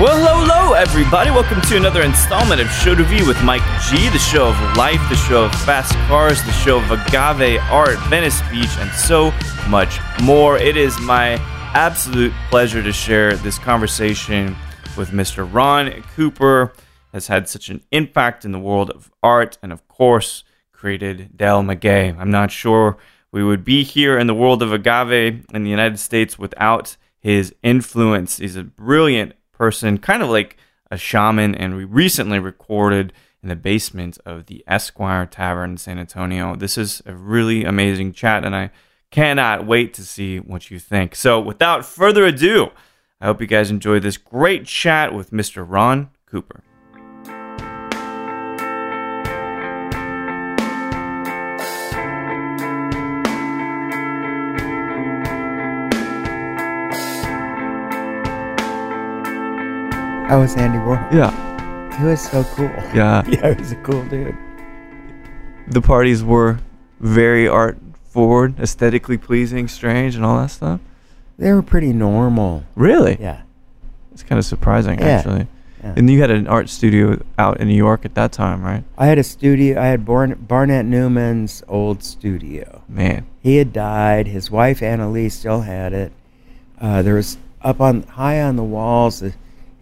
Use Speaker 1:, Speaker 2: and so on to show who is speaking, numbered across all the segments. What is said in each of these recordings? Speaker 1: Well, hello, hello, everybody. Welcome to another installment of Show to View with Mike G, the show of life, the show of fast cars, the show of agave art, Venice Beach, and so much more. It is my absolute pleasure to share this conversation with Mr. Ron Cooper. Has had such an impact in the world of art, and of course, created Dale McGay. I'm not sure we would be here in the world of agave in the United States without his influence. He's a brilliant person, kind of like a shaman, and we recently recorded in the basement of the Esquire Tavern in San Antonio. This is a really amazing chat, and I cannot wait to see what you think. So, without further ado, I hope you guys enjoy this great chat with Mr. Ron Cooper.
Speaker 2: I was Andy Warhol.
Speaker 3: Yeah,
Speaker 2: He was so cool.
Speaker 3: yeah.
Speaker 2: Yeah, he was a cool dude.
Speaker 3: The parties were very art forward, aesthetically pleasing, strange, and all that stuff.
Speaker 2: They were pretty normal.
Speaker 3: Really?
Speaker 2: Yeah.
Speaker 3: It's kind of surprising,
Speaker 2: Yeah,
Speaker 3: actually.
Speaker 2: yeah.
Speaker 3: And you had an art studio out in New York at that time, right?
Speaker 2: I had a studio. I had Barn- Barnett Newman's old studio.
Speaker 3: Man.
Speaker 2: He had died. His wife Annalise still had it. Uh, there was up on high on the walls uh,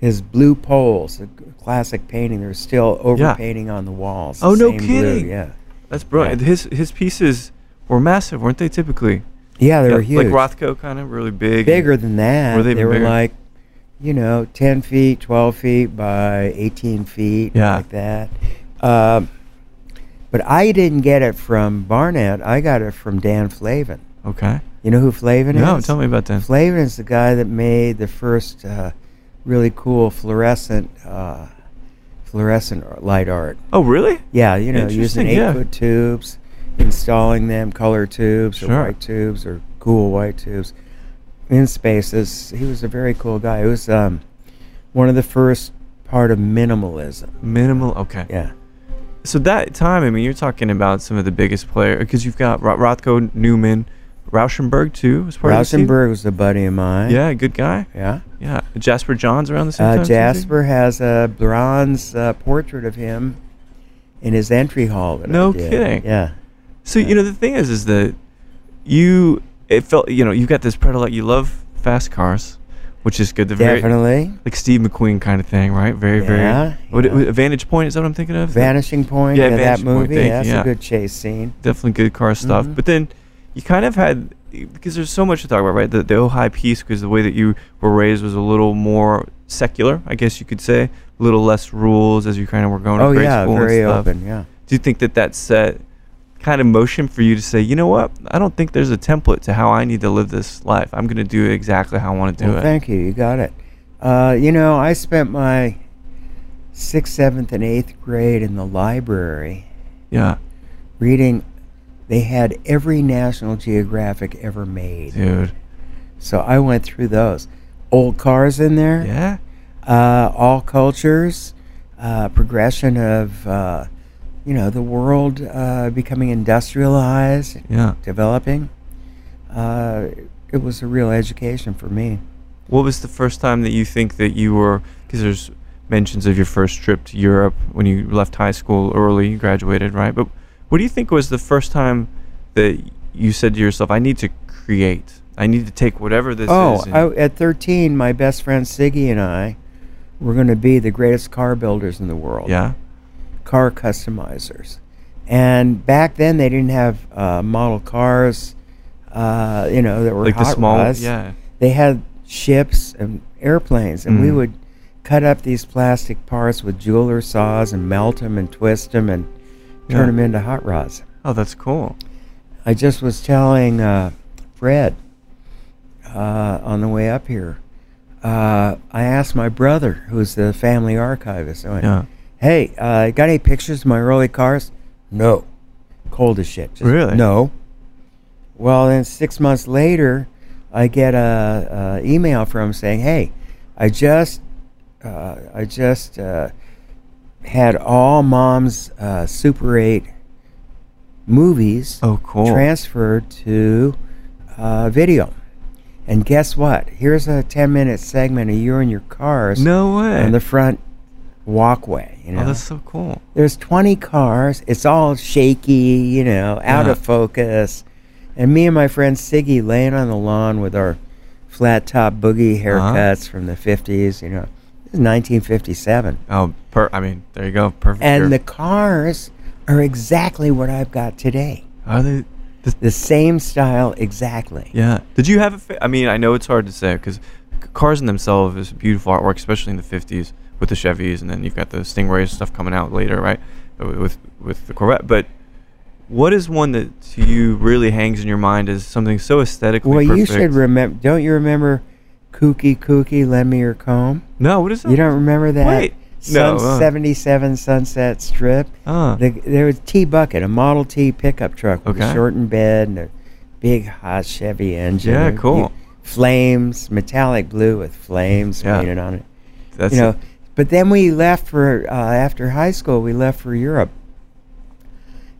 Speaker 2: his blue poles, a g- classic painting. There was still
Speaker 3: Yeah.
Speaker 2: overpainting on the walls. the
Speaker 3: Oh, no
Speaker 2: same blue,
Speaker 3: kidding.
Speaker 2: yeah.
Speaker 3: That's brilliant. His his pieces were massive, weren't they? Typically,
Speaker 2: Yeah, they
Speaker 3: Yeah,
Speaker 2: were huge.
Speaker 3: Like Rothko, kind of really big. and-
Speaker 2: bigger than that.
Speaker 3: Were they
Speaker 2: they
Speaker 3: even
Speaker 2: were
Speaker 3: bigger?
Speaker 2: like, you know, 10 feet, 12 feet by 18 feet,
Speaker 3: Yeah.
Speaker 2: like that. Um, but I didn't get it from Barnett. I got it from Dan Flavin.
Speaker 3: Okay.
Speaker 2: You know who Flavin is?
Speaker 3: No, tell me about them.
Speaker 2: Flavin is the guy that made the first uh, really cool fluorescent uh, fluorescent light art.
Speaker 3: oh, really?
Speaker 2: Yeah, you know, using
Speaker 3: Interesting,
Speaker 2: eight
Speaker 3: yeah.
Speaker 2: foot tubes, installing them, color tubes or
Speaker 3: Sure.
Speaker 2: white tubes or cool white tubes in spaces. He was a very cool guy. He was um, one of the first part of minimalism.
Speaker 3: Minimal. Okay.
Speaker 2: Yeah.
Speaker 3: So that time, I mean, you're talking about some of the biggest players because you've got Ro- Rothko, Newman, Rauschenberg too. Was part
Speaker 2: Rauschenberg was a buddy of mine.
Speaker 3: Of the scene. Yeah, good guy.
Speaker 2: Yeah.
Speaker 3: Yeah, Jasper Johns around the same time.
Speaker 2: Uh,
Speaker 3: too, too?
Speaker 2: Jasper has a bronze uh, portrait of him in his entry hall. That I
Speaker 3: No
Speaker 2: did.
Speaker 3: kidding.
Speaker 2: Yeah.
Speaker 3: So you know the thing is, is that you it felt you know you've got this predilect. You love fast cars, which is good. The very
Speaker 2: Definitely.
Speaker 3: like Steve McQueen kind of thing, right? Very
Speaker 2: Yeah,
Speaker 3: very. What,
Speaker 2: yeah.
Speaker 3: what- Vantage Point is that what I'm thinking of?
Speaker 2: Vanishing Point.
Speaker 3: Yeah,
Speaker 2: Yeah, that
Speaker 3: Vanishing Point,
Speaker 2: movie.
Speaker 3: thank you,
Speaker 2: yeah, that's
Speaker 3: yeah.
Speaker 2: a good chase scene.
Speaker 3: Definitely good car stuff.
Speaker 2: Mhm.
Speaker 3: But then you kind of had because there's so much to talk about, right? The the Ojai piece because the way that you were raised was a little more secular, I guess you could say, a little less rules as you kind of were going
Speaker 2: Oh
Speaker 3: to grade
Speaker 2: yeah,
Speaker 3: school
Speaker 2: very
Speaker 3: and stuff.
Speaker 2: open. Yeah.
Speaker 3: do you think that that set kind of motion for you to say, you know what? I don't think there's a template to how I need to live this life. I'm going to do it exactly how I want to do
Speaker 2: well,
Speaker 3: it.
Speaker 2: Thank you. You got it. Uh, you know, I spent my sixth, seventh, and eighth grade in the library
Speaker 3: yeah,
Speaker 2: reading. They had every National Geographic ever made,
Speaker 3: dude.
Speaker 2: so I went through those. Old cars in there.
Speaker 3: Yeah.
Speaker 2: Uh, all cultures. Uh, progression of, uh, you know, the world uh, becoming industrialized,
Speaker 3: Yeah.
Speaker 2: developing. Uh, it was a real education for me.
Speaker 3: What was the first time that you think that you were, because there's mentions of your first trip to Europe when you left high school early, you graduated, right? But what do you think was the first time that you said to yourself, I need to create? I need to take whatever this
Speaker 2: Oh,
Speaker 3: is. and-
Speaker 2: I, at 13, my best friend Siggy and I were going to be the greatest car builders in the world.
Speaker 3: yeah.
Speaker 2: Car customizers. And back then, they didn't have uh, model cars, uh, you know, that were
Speaker 3: Like the
Speaker 2: hot
Speaker 3: small-
Speaker 2: rods.
Speaker 3: yeah.
Speaker 2: They had ships and airplanes, and we
Speaker 3: Mhm.
Speaker 2: would cut up these plastic parts with jeweler saws and melt them and twist them and turn
Speaker 3: Yeah.
Speaker 2: them into hot rods.
Speaker 3: Oh, that's cool.
Speaker 2: I just was telling uh, Fred uh, on the way up here. uh, I asked my brother, who's the family archivist, I went,
Speaker 3: Yeah.
Speaker 2: "Hey, uh, got any pictures of my early cars?" No, cold as shit. Just
Speaker 3: Really?
Speaker 2: No. Well, then six months later, I get a, a email from him saying, "Hey, I just, uh, I just uh, had all mom's uh, Super Eight movies
Speaker 3: Oh, cool.
Speaker 2: transferred to uh, video." And guess what? Here's a 10 minute segment of you and your cars
Speaker 3: No way.
Speaker 2: on the front walkway. You know,
Speaker 3: Oh, that's so cool.
Speaker 2: there's 20 cars. It's all shaky, you know, out
Speaker 3: Yeah.
Speaker 2: of focus. And me and my friend Siggy laying on the lawn with our flat top boogie
Speaker 3: Uh-huh.
Speaker 2: haircuts from the 50s. You know, this is 1957,
Speaker 3: Oh, per- I mean, there you go. Perfect.
Speaker 2: and the
Speaker 3: You're-
Speaker 2: cars are exactly what I've got today.
Speaker 3: are they? The,
Speaker 2: The same style, exactly.
Speaker 3: yeah. Did you have a? Fa- I mean, I know it's hard to say because cars in themselves is beautiful artwork, especially in the '50s with the Chevys, and then you've got the Stingrays stuff coming out later, right? Uh, With with the Corvette, but. What is one that to you really hangs in your mind as something so aesthetically
Speaker 2: Well, you
Speaker 3: perfect?
Speaker 2: should remember. Don't you remember, Kooky Kooky, lend me your comb?
Speaker 3: No, what is that?
Speaker 2: You don't remember that?
Speaker 3: Wait, no,
Speaker 2: Sun,
Speaker 3: uh.
Speaker 2: 77 Sunset Strip.
Speaker 3: Ah.
Speaker 2: The, there was T Bucket, a Model T pickup truck with
Speaker 3: Okay.
Speaker 2: a shortened bed and a big hot Chevy engine.
Speaker 3: Yeah,
Speaker 2: and you-
Speaker 3: cool.
Speaker 2: flames, metallic blue with flames
Speaker 3: Yeah.
Speaker 2: painted on it.
Speaker 3: That's
Speaker 2: you know, but then we left for uh, after high school. We left for Europe,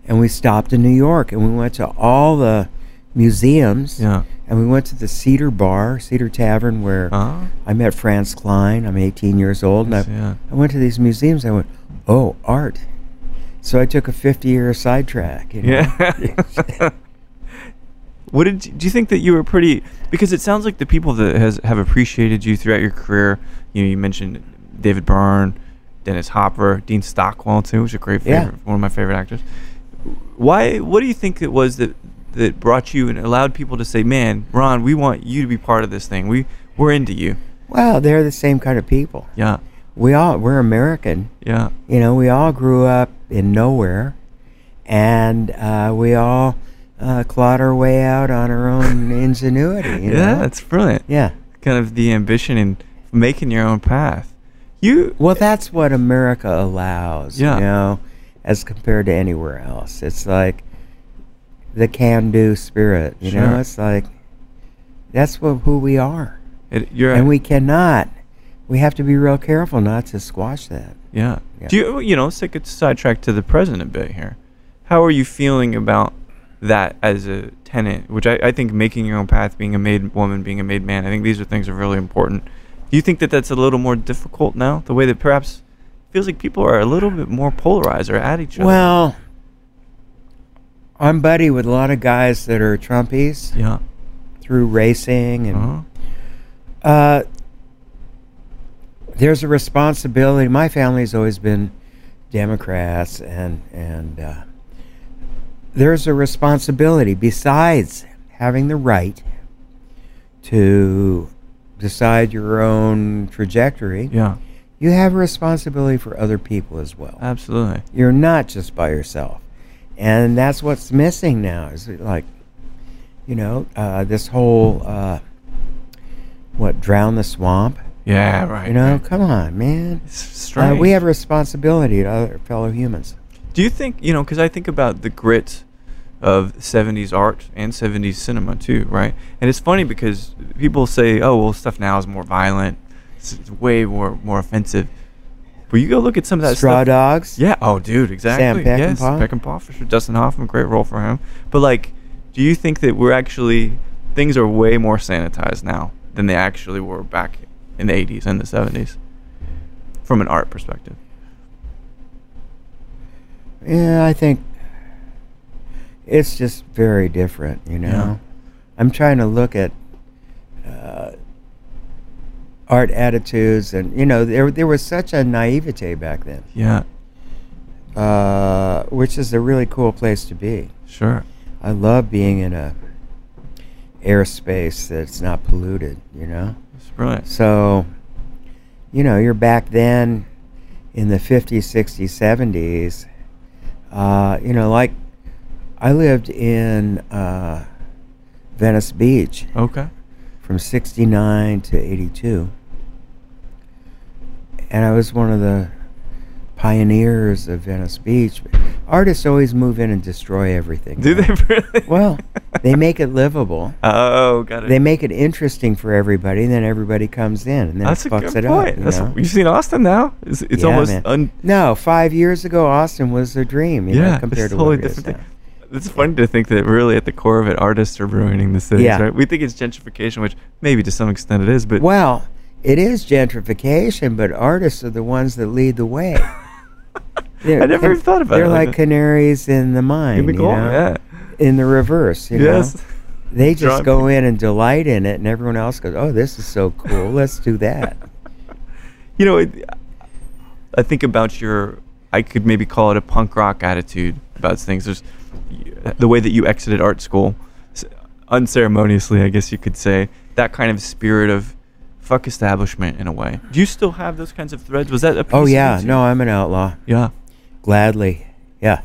Speaker 2: and we stopped in New York, and we went to all the museums.
Speaker 3: Yeah.
Speaker 2: And we went to the Cedar Bar, Cedar Tavern, where
Speaker 3: Ah.
Speaker 2: I met Franz Klein. I'm 18 years old,
Speaker 3: Yes,
Speaker 2: and I,
Speaker 3: yeah.
Speaker 2: I went to these museums. I went, oh, art. So I took a 50 year sidetrack. You know?
Speaker 3: Yeah. what did you, do you think that you were pretty? Because it sounds like the people that has have appreciated you throughout your career. You know, you mentioned David Byrne, Dennis Hopper, Dean Stockwell too, who's a great
Speaker 2: Yeah.
Speaker 3: favorite, one of my favorite actors. Why? What do you think it was that that brought you and allowed people to say, "Man, Ron, we want you to be part of this thing. We we're into you."
Speaker 2: well, they're the same kind of people.
Speaker 3: Yeah,
Speaker 2: We all, we're American.
Speaker 3: yeah,
Speaker 2: You know, we all grew up in nowhere, and uh, we all uh, clawed our way out on our own ingenuity. You
Speaker 3: yeah.
Speaker 2: know?
Speaker 3: That's brilliant.
Speaker 2: yeah.
Speaker 3: kind of the ambition and making your own path. You
Speaker 2: Well, that's what America allows,
Speaker 3: Yeah.
Speaker 2: you know, as compared to anywhere else. It's like the can-do spirit, you
Speaker 3: Sure.
Speaker 2: know. It's like that's what who we are,
Speaker 3: it, you're
Speaker 2: and we cannot. We have to be real careful not to squash that.
Speaker 3: Yeah.
Speaker 2: Yeah.
Speaker 3: Do you you know, let's take a sidetrack to the present a bit here. How are you feeling about that as a tenant? Which I, I think making your own path, being a made woman, being a made man, I think these are things that are really important. Do you think that that's a little more difficult now? The way that perhaps feels like people are a little bit more polarized or at each other.
Speaker 2: Well, I'm buddy with a lot of guys that are Trumpies
Speaker 3: yeah.
Speaker 2: through racing and.
Speaker 3: Uh-huh.
Speaker 2: Uh, there's a responsibility. My family's always been Democrats, and and uh, there's a responsibility besides having the right to decide your own trajectory.
Speaker 3: Yeah.
Speaker 2: You have a responsibility for other people as well.
Speaker 3: Absolutely.
Speaker 2: You're not just by yourself, and that's what's missing now. Is like, you know, uh, this whole uh, what drown the swamp.
Speaker 3: Yeah, right.
Speaker 2: You know,
Speaker 3: right.
Speaker 2: come on, man.
Speaker 3: it's
Speaker 2: Uh,
Speaker 3: strange.
Speaker 2: we have a responsibility to other fellow humans.
Speaker 3: Do you think you know? Because I think about the grit of '70s art and '70s cinema too, right? And it's funny because people say, "Oh, well, stuff now is more violent. It's, it's way more more offensive." But you go look at some of that
Speaker 2: Straw
Speaker 3: stuff.
Speaker 2: dogs.
Speaker 3: Yeah. Oh, dude, exactly. Yes,
Speaker 2: Peckinpah?
Speaker 3: Peckinpah for sure. Dustin Hoffman, great role for him. But like, do you think that we're actually things are way more sanitized now than they actually were back in the '80s and the '70s, from an art perspective?
Speaker 2: Yeah, I think it's just very different. You know,
Speaker 3: Yeah.
Speaker 2: I'm trying to look at uh, art attitudes, and you know, there there was such a naivete back then.
Speaker 3: Yeah.
Speaker 2: uh, which is a really cool place to be.
Speaker 3: Sure.
Speaker 2: I love being in a airspace that's not polluted, you know?
Speaker 3: It's brilliant.
Speaker 2: So, you know, you're back then in the 50s, 60s, 70s. Uh, you know, like I lived in uh, Venice Beach
Speaker 3: Okay.
Speaker 2: from 69 to 82. and I was one of the pioneers of Venice Beach. Artists always move in and destroy everything.
Speaker 3: Do
Speaker 2: right?
Speaker 3: they really?
Speaker 2: Well, they make it livable.
Speaker 3: Oh, got it.
Speaker 2: They make it interesting for everybody, and then everybody comes in, and then
Speaker 3: That's
Speaker 2: it
Speaker 3: a
Speaker 2: fucks
Speaker 3: good
Speaker 2: it
Speaker 3: point.
Speaker 2: up. You
Speaker 3: That's-
Speaker 2: know?
Speaker 3: You've seen Austin now. It's, it's
Speaker 2: Yeah,
Speaker 3: almost
Speaker 2: man.
Speaker 3: un,
Speaker 2: no, five years ago, Austin was a dream. You
Speaker 3: yeah,
Speaker 2: know, compared
Speaker 3: it's
Speaker 2: to
Speaker 3: totally
Speaker 2: what it is
Speaker 3: different. Thing.
Speaker 2: now.
Speaker 3: It's funny to think that really at the core of it, artists are ruining the cities.
Speaker 2: Yeah.
Speaker 3: Right? We think it's gentrification, which maybe to some extent it is, but
Speaker 2: Well, it is gentrification, but artists are the ones that lead the way. They're-
Speaker 3: I never
Speaker 2: they're-
Speaker 3: even thought about it.
Speaker 2: They're
Speaker 3: like
Speaker 2: like canaries in the mine,
Speaker 3: that. In the
Speaker 2: you
Speaker 3: gold,
Speaker 2: know?
Speaker 3: yeah.
Speaker 2: in the reverse. You
Speaker 3: yes.
Speaker 2: know? they
Speaker 3: Drawing
Speaker 2: just go
Speaker 3: pe-
Speaker 2: in and delight in it, and everyone else goes, "Oh, this is so cool! Let's do that."
Speaker 3: You know, it, I think about your, I could maybe call it a punk rock attitude about things. There's the way that you exited art school, s- unceremoniously, I guess you could say, that kind of spirit of fuck establishment in a way. Do you still have those kinds of threads? Was that a piece
Speaker 2: Oh
Speaker 3: of
Speaker 2: yeah,
Speaker 3: it, too?
Speaker 2: no, I'm an outlaw.
Speaker 3: Yeah.
Speaker 2: Gladly, yeah.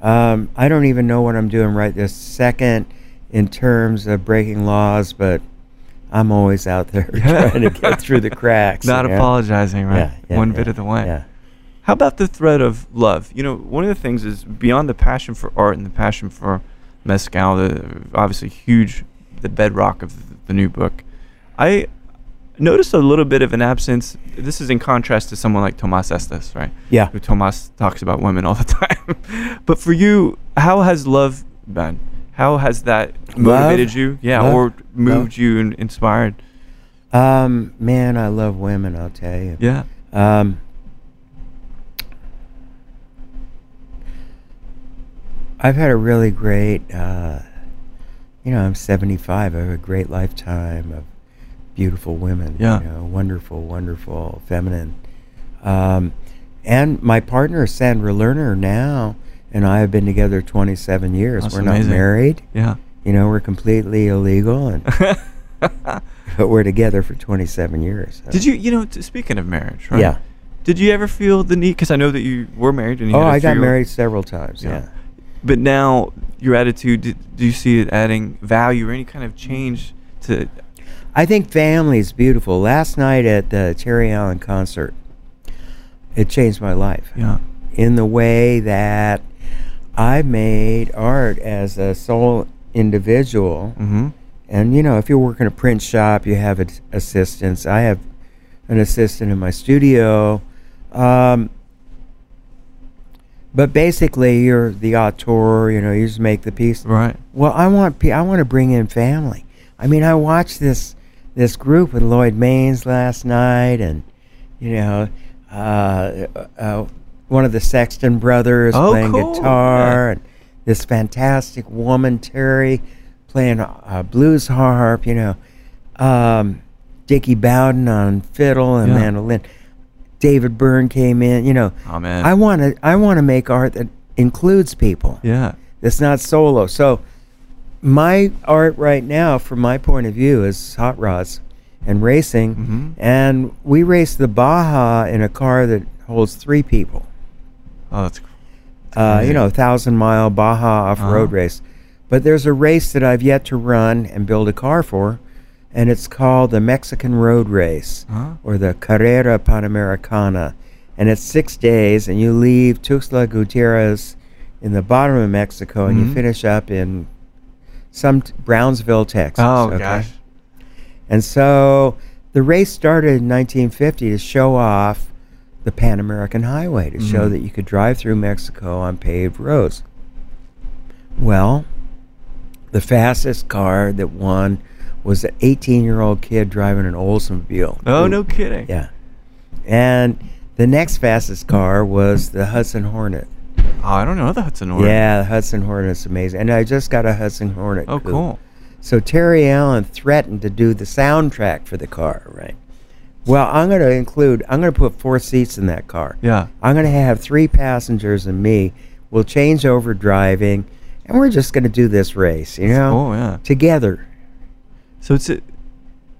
Speaker 2: Um, I don't even know what I'm doing right this second in terms of breaking laws, but I'm always out there
Speaker 3: Yeah.
Speaker 2: trying to get through the cracks.
Speaker 3: Not
Speaker 2: you know?
Speaker 3: apologizing, right?
Speaker 2: Yeah, yeah,
Speaker 3: one
Speaker 2: yeah,
Speaker 3: bit of the way.
Speaker 2: Yeah.
Speaker 3: How about the thread of love? You know, one of the things is beyond the passion for art and the passion for mezcal, the obviously huge, the bedrock of the new book. I noticed a little bit of an absence. This is in contrast to someone like Tomas Estes, right?
Speaker 2: Yeah.
Speaker 3: Who Tomas talks about women all the time. but for you, how has love been? How has that motivated you? Yeah,
Speaker 2: Love?
Speaker 3: or moved
Speaker 2: Love?
Speaker 3: you and inspired?
Speaker 2: Um, man, I love women. I'll tell you.
Speaker 3: Yeah.
Speaker 2: Um, I've had a really great, uh, you know, I'm 75. I have a great lifetime of beautiful women.
Speaker 3: Yeah.
Speaker 2: You know, wonderful, wonderful, feminine. Um, and my partner, Sandra Lerner, now, and I have been together 27 years.
Speaker 3: That's
Speaker 2: we're
Speaker 3: amazing.
Speaker 2: not married.
Speaker 3: Yeah.
Speaker 2: You know, we're completely illegal, and, but we're together for 27 years. so-
Speaker 3: Did you, you know, t- speaking of marriage, right?
Speaker 2: Yeah.
Speaker 3: Did you ever feel the need? Because I know that you were married and you
Speaker 2: Oh,
Speaker 3: had a
Speaker 2: I got
Speaker 3: three-year-old.
Speaker 2: married several times.
Speaker 3: Yeah.
Speaker 2: yeah.
Speaker 3: But now your attitude, do, do you see it adding value or any kind of change to?
Speaker 2: I think family is beautiful. Last night at the Terry Allen concert, it changed my life
Speaker 3: Yeah.
Speaker 2: in the way that I made art as a sole individual.
Speaker 3: Mm-hmm.
Speaker 2: And you know, if you're working a print shop, you have ad- assistants. I have an assistant in my studio. Um, but basically, you're the auteur. You know, you just make the piece.
Speaker 3: Right.
Speaker 2: Well, I want pe- I want to bring in family. I mean, I watched this this group with Lloyd Maines last night, and you know, uh, uh, one of the Sexton brothers
Speaker 3: Oh,
Speaker 2: playing
Speaker 3: cool.
Speaker 2: guitar,
Speaker 3: Yeah.
Speaker 2: and this fantastic woman Terry playing uh, blues harp. You know, um, Dickie Bowden on fiddle and
Speaker 3: Yeah.
Speaker 2: mandolin. David Byrne came in. You know,
Speaker 3: Oh man.
Speaker 2: I want to I want to make art that includes people.
Speaker 3: yeah.
Speaker 2: It's not solo. So my art right now, from my point of view, is hot rods and racing.
Speaker 3: Mhm.
Speaker 2: And we raced the Baja in a car that holds three people.
Speaker 3: Oh, that's. cool.
Speaker 2: Uh, you
Speaker 3: amazing.
Speaker 2: know, thousand mile Baja off road
Speaker 3: Uh-huh.
Speaker 2: race. But there's a race that I've yet to run and build a car for, and it's called the Mexican Road Race
Speaker 3: Huh?
Speaker 2: or the Carrera Panamericana. And it's six days, and you leave Tuxtla Gutierrez in the bottom of Mexico, and you
Speaker 3: Mhm.
Speaker 2: finish up in some t- Brownsville, Texas.
Speaker 3: Oh
Speaker 2: okay?
Speaker 3: gosh.
Speaker 2: And so the race started in 1950 to show off the Pan American Highway, to show
Speaker 3: Mhm.
Speaker 2: that you could drive through Mexico on paved roads. Well, the fastest car that won was an 18 year old kid driving an Oldsmobile.
Speaker 3: Oh
Speaker 2: Ooh.
Speaker 3: no kidding.
Speaker 2: Yeah. And the next fastest car was the Hudson Hornet.
Speaker 3: Oh, I don't know the Hudson Order.
Speaker 2: Yeah, the Hudson Hornet's amazing. And I just got a Hudson Hornet.
Speaker 3: Oh
Speaker 2: coupe.
Speaker 3: cool.
Speaker 2: So Terry Allen threatened to do the soundtrack for the car, right? Well, I'm going to include, I'm going to put four seats in that car.
Speaker 3: Yeah.
Speaker 2: I'm going to have three passengers and me. We'll change over driving, and we're just going to do this race, you know?
Speaker 3: Oh yeah.
Speaker 2: Together.
Speaker 3: So it's. A,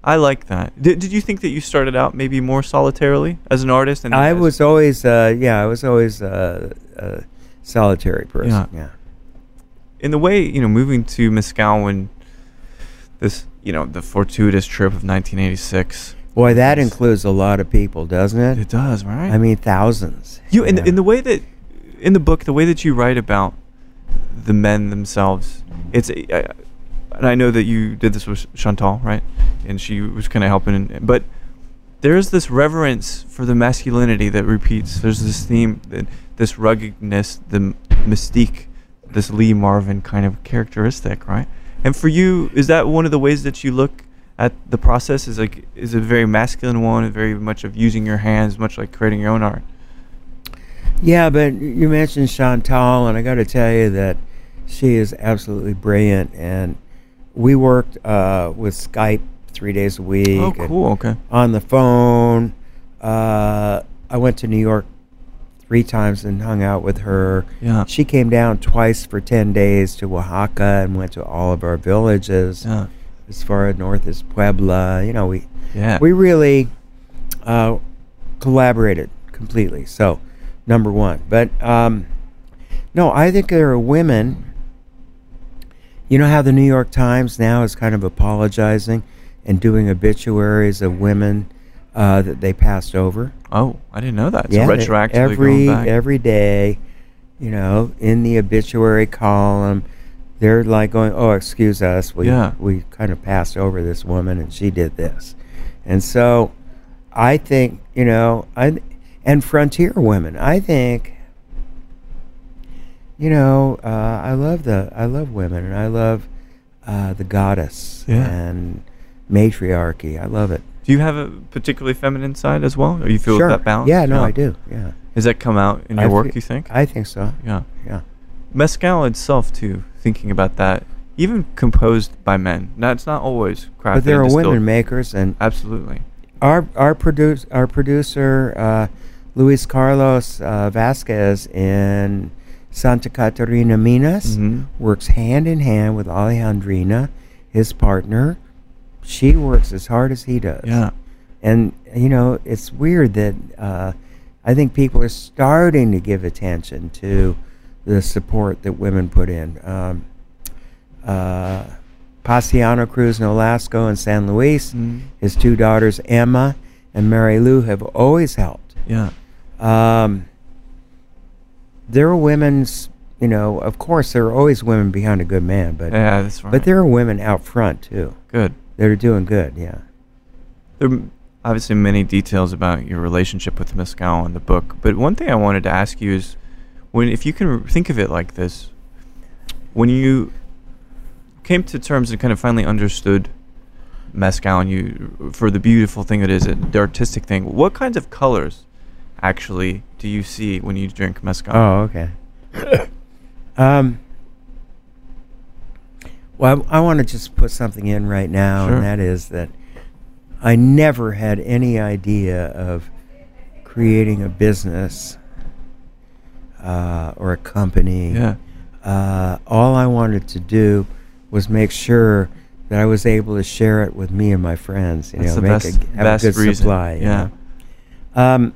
Speaker 3: I like that. Did, did you think that you started out maybe more solitarily as an artist? And
Speaker 2: I
Speaker 3: as-
Speaker 2: was always, uh, yeah, I was always uh, a solitary person.
Speaker 3: Yeah.
Speaker 2: yeah.
Speaker 3: in the way you know moving to Moscow when this you know the fortuitous trip of 1986
Speaker 2: Boy, that
Speaker 3: It's-
Speaker 2: includes a lot of people, doesn't it?
Speaker 3: It does, right?
Speaker 2: I mean, thousands.
Speaker 3: you in, in
Speaker 2: know.
Speaker 3: the way that in the book, the way that you write about the men themselves, it's. I, and I know that you did this with Chantal, right? And she was kind of helping. And, but there is this reverence for the masculinity that repeats. There's this theme, that, this ruggedness, the m- mystique, this Lee Marvin kind of characteristic, right? And for you, is that one of the ways that you look at the process? Is like, is a very masculine one, and very much of using your hands, much like creating your own art.
Speaker 2: Yeah, but you mentioned Chantal, and I got to tell you that she is absolutely brilliant. And we worked uh, with Skype three days a week.
Speaker 3: Oh,
Speaker 2: and
Speaker 3: cool. Okay.
Speaker 2: On the phone. Uh, I went to New York three times and hung out with her.
Speaker 3: Yeah.
Speaker 2: She came down twice for 10 days to Oaxaca and went to all of our villages
Speaker 3: Yeah.
Speaker 2: as far north as Puebla. You know, we
Speaker 3: Yeah.
Speaker 2: we really uh, collaborated completely. So, number one. But um, no, I think there are women. You know how the New York Times now is kind of apologizing and doing obituaries of women uh, that they passed over.
Speaker 3: Oh, I didn't know that. So
Speaker 2: they-
Speaker 3: retroactively
Speaker 2: every
Speaker 3: going back.
Speaker 2: every day, you know, in the obituary column, they're like going, "Oh, excuse us, we
Speaker 3: Yeah.
Speaker 2: we kind of passed over this woman, and she did this," and so I think you know, I and frontier women, I think. You know, uh, I love the I love women, and I love uh, the goddess
Speaker 3: Yeah.
Speaker 2: and matriarchy. I love it.
Speaker 3: do you have a particularly feminine side as well? Or you feel
Speaker 2: sure.
Speaker 3: that balance?
Speaker 2: Yeah, no, I do. Yeah.
Speaker 3: Does that come out in
Speaker 2: I
Speaker 3: your work?
Speaker 2: thi-
Speaker 3: you think?
Speaker 2: I think so.
Speaker 3: yeah.
Speaker 2: Yeah.
Speaker 3: Mezcal itself, too. Thinking about that, even composed by men. Now it's not always crafted.
Speaker 2: But there
Speaker 3: and
Speaker 2: are
Speaker 3: distilled.
Speaker 2: women makers, and
Speaker 3: Absolutely.
Speaker 2: our our produce our producer uh, Luis Carlos uh, Vasquez in Santa Catarina Minas
Speaker 3: Mhm.
Speaker 2: works hand in hand with Alejandrina, his partner. She works as hard as he does.
Speaker 3: Yeah.
Speaker 2: And you know, it's weird that uh, I think people are starting to give attention to the support that women put in. Um, uh, Pasiano Cruz in Alaska and San Luis,
Speaker 3: Mm.
Speaker 2: his two daughters Emma and Mary Lou have always helped.
Speaker 3: Yeah.
Speaker 2: Um, there are women's, you know, of course there are always women behind a good man, but
Speaker 3: Yeah, that's right.
Speaker 2: but there are women out front too
Speaker 3: good.
Speaker 2: that are doing good. Yeah.
Speaker 3: There are obviously many details about your relationship with Mescal in the book, but one thing I wanted to ask you is when if you can think of it like this, when you came to terms and kind of finally understood Mescal and you for the beautiful thing it is, the artistic thing, what kinds of colors actually do you see when you drink Mescal?
Speaker 2: Oh, okay. um, well, I, want to just put something in right now,
Speaker 3: Sure.
Speaker 2: and that is that I never had any idea of creating a business uh, or a company.
Speaker 3: Yeah.
Speaker 2: Uh, all I wanted to do was make sure that I was able to share it with me and my friends. You
Speaker 3: That's the
Speaker 2: know, make
Speaker 3: best,
Speaker 2: a, have
Speaker 3: best
Speaker 2: a good
Speaker 3: reason.
Speaker 2: supply. you
Speaker 3: yeah.
Speaker 2: know. Um,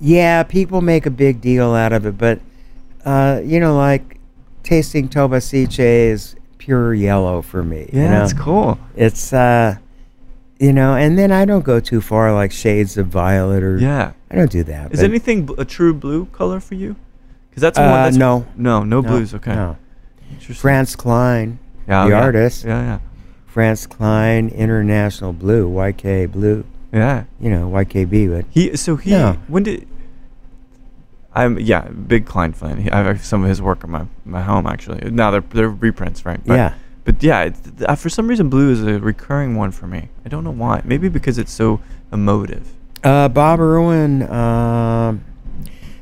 Speaker 2: yeah, people make a big deal out of it, but uh, you know, like tasting Tobasiche is pure yellow for me.
Speaker 3: Yeah,
Speaker 2: you know?
Speaker 3: that's cool.
Speaker 2: It's uh, you know, and then I don't go too far, like shades of violet or
Speaker 3: Yeah.
Speaker 2: I don't do that.
Speaker 3: Is
Speaker 2: but-
Speaker 3: anything bl- a true blue color for you? Because that's one.
Speaker 2: Uh,
Speaker 3: That's
Speaker 2: no.
Speaker 3: no, no,
Speaker 2: No,
Speaker 3: blues. Okay.
Speaker 2: no.
Speaker 3: Interesting.
Speaker 2: Franz Klein,
Speaker 3: Yeah,
Speaker 2: the
Speaker 3: yeah.
Speaker 2: artist,
Speaker 3: Yeah,
Speaker 2: Franz Klein International Blue, YK Blue,
Speaker 3: yeah, yeah.
Speaker 2: you know, YKB, but
Speaker 3: He so he
Speaker 2: Yeah.
Speaker 3: when did I'm yeah big Klein fan. He, I have some of his work in my, my home actually. Now they're they're reprints, right? But,
Speaker 2: Yeah.
Speaker 3: But yeah, it's, th- uh, for some reason blue is a recurring one for me. I don't know why. Maybe because it's so emotive.
Speaker 2: Uh, Bob Irwin um,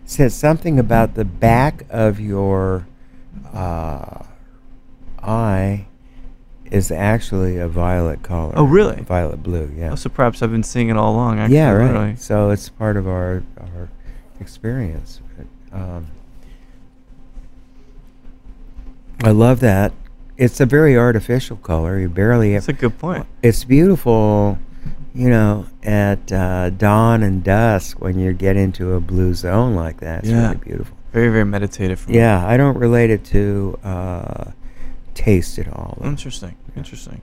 Speaker 2: said something about the back of your uh, eye is actually a violet color.
Speaker 3: Oh, really?
Speaker 2: Violet blue, yeah.
Speaker 3: Oh, so perhaps I've been seeing it all along. Actually,
Speaker 2: yeah, right.
Speaker 3: really.
Speaker 2: So it's part of our our experience. But, um, I love that. It's a very artificial color. You barely e-,
Speaker 3: That's a good point.
Speaker 2: it's beautiful, you know, at uh, dawn and dusk when you get into a blue zone like that. It's
Speaker 3: Yeah.
Speaker 2: really beautiful.
Speaker 3: Very very meditative. For me.
Speaker 2: Yeah, I don't relate it to uh, taste at all. though.
Speaker 3: Interesting. Interesting.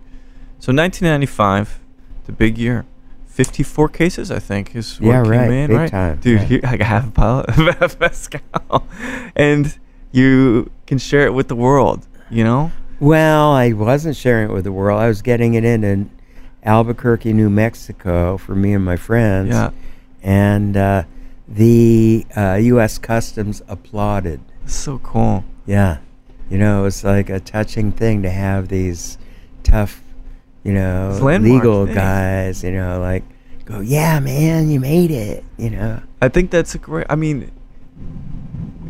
Speaker 3: So 1995, the big year. 54 cases, I think, is what
Speaker 2: Yeah,
Speaker 3: came
Speaker 2: right,
Speaker 3: in,
Speaker 2: big
Speaker 3: right?
Speaker 2: time,
Speaker 3: Dude,
Speaker 2: yeah.
Speaker 3: you- like a half pallet of Pascal. And you can share it with the world, you know?
Speaker 2: Well, I wasn't sharing it with the world. I was getting it in in Albuquerque, New Mexico, for me and my friends.
Speaker 3: Yeah.
Speaker 2: And uh, the uh, U.S. Customs applauded.
Speaker 3: It's so cool.
Speaker 2: Yeah. You know, it was like a touching thing to have these tough, you know,
Speaker 3: It's landmark
Speaker 2: legal
Speaker 3: thing.
Speaker 2: guys, you know, like go, yeah, man, you made it, you know.
Speaker 3: I think that's a great. I mean,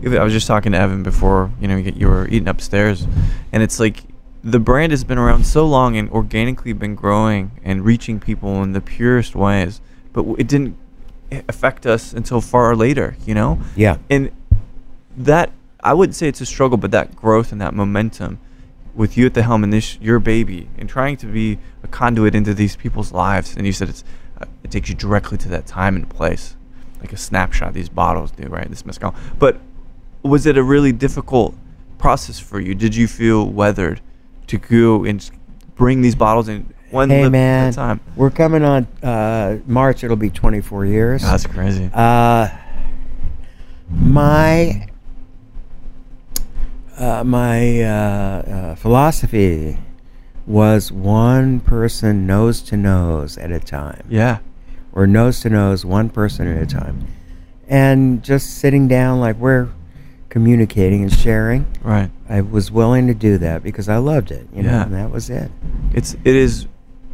Speaker 3: if- I was just talking to Evan before. You know, you you were eating upstairs, and it's like the brand has been around so long and organically been growing and reaching people in the purest ways. But w- it didn't affect us until far later. You know.
Speaker 2: Yeah.
Speaker 3: And that I wouldn't say it's a struggle, but that growth and that momentum with you at the helm and this your baby and trying to be a conduit into these people's lives. And you said it's uh, it takes you directly to that time and place, like a snapshot. These bottles do right. This mezcal, but was it a really difficult process for you? Did you feel weathered to go and s- bring these bottles in one
Speaker 2: Hey,
Speaker 3: lip
Speaker 2: man,
Speaker 3: at a time?
Speaker 2: we're coming on uh, March. It'll be 24 years.
Speaker 3: That's crazy.
Speaker 2: Uh, my uh, my uh, uh, philosophy was one person nose to nose at a time,
Speaker 3: yeah,
Speaker 2: or nose to nose, one person at a time, and just sitting down like we're communicating and sharing.
Speaker 3: right.
Speaker 2: I was willing to do that because I loved it, you know,
Speaker 3: Yeah.
Speaker 2: and that was it.
Speaker 3: It's it is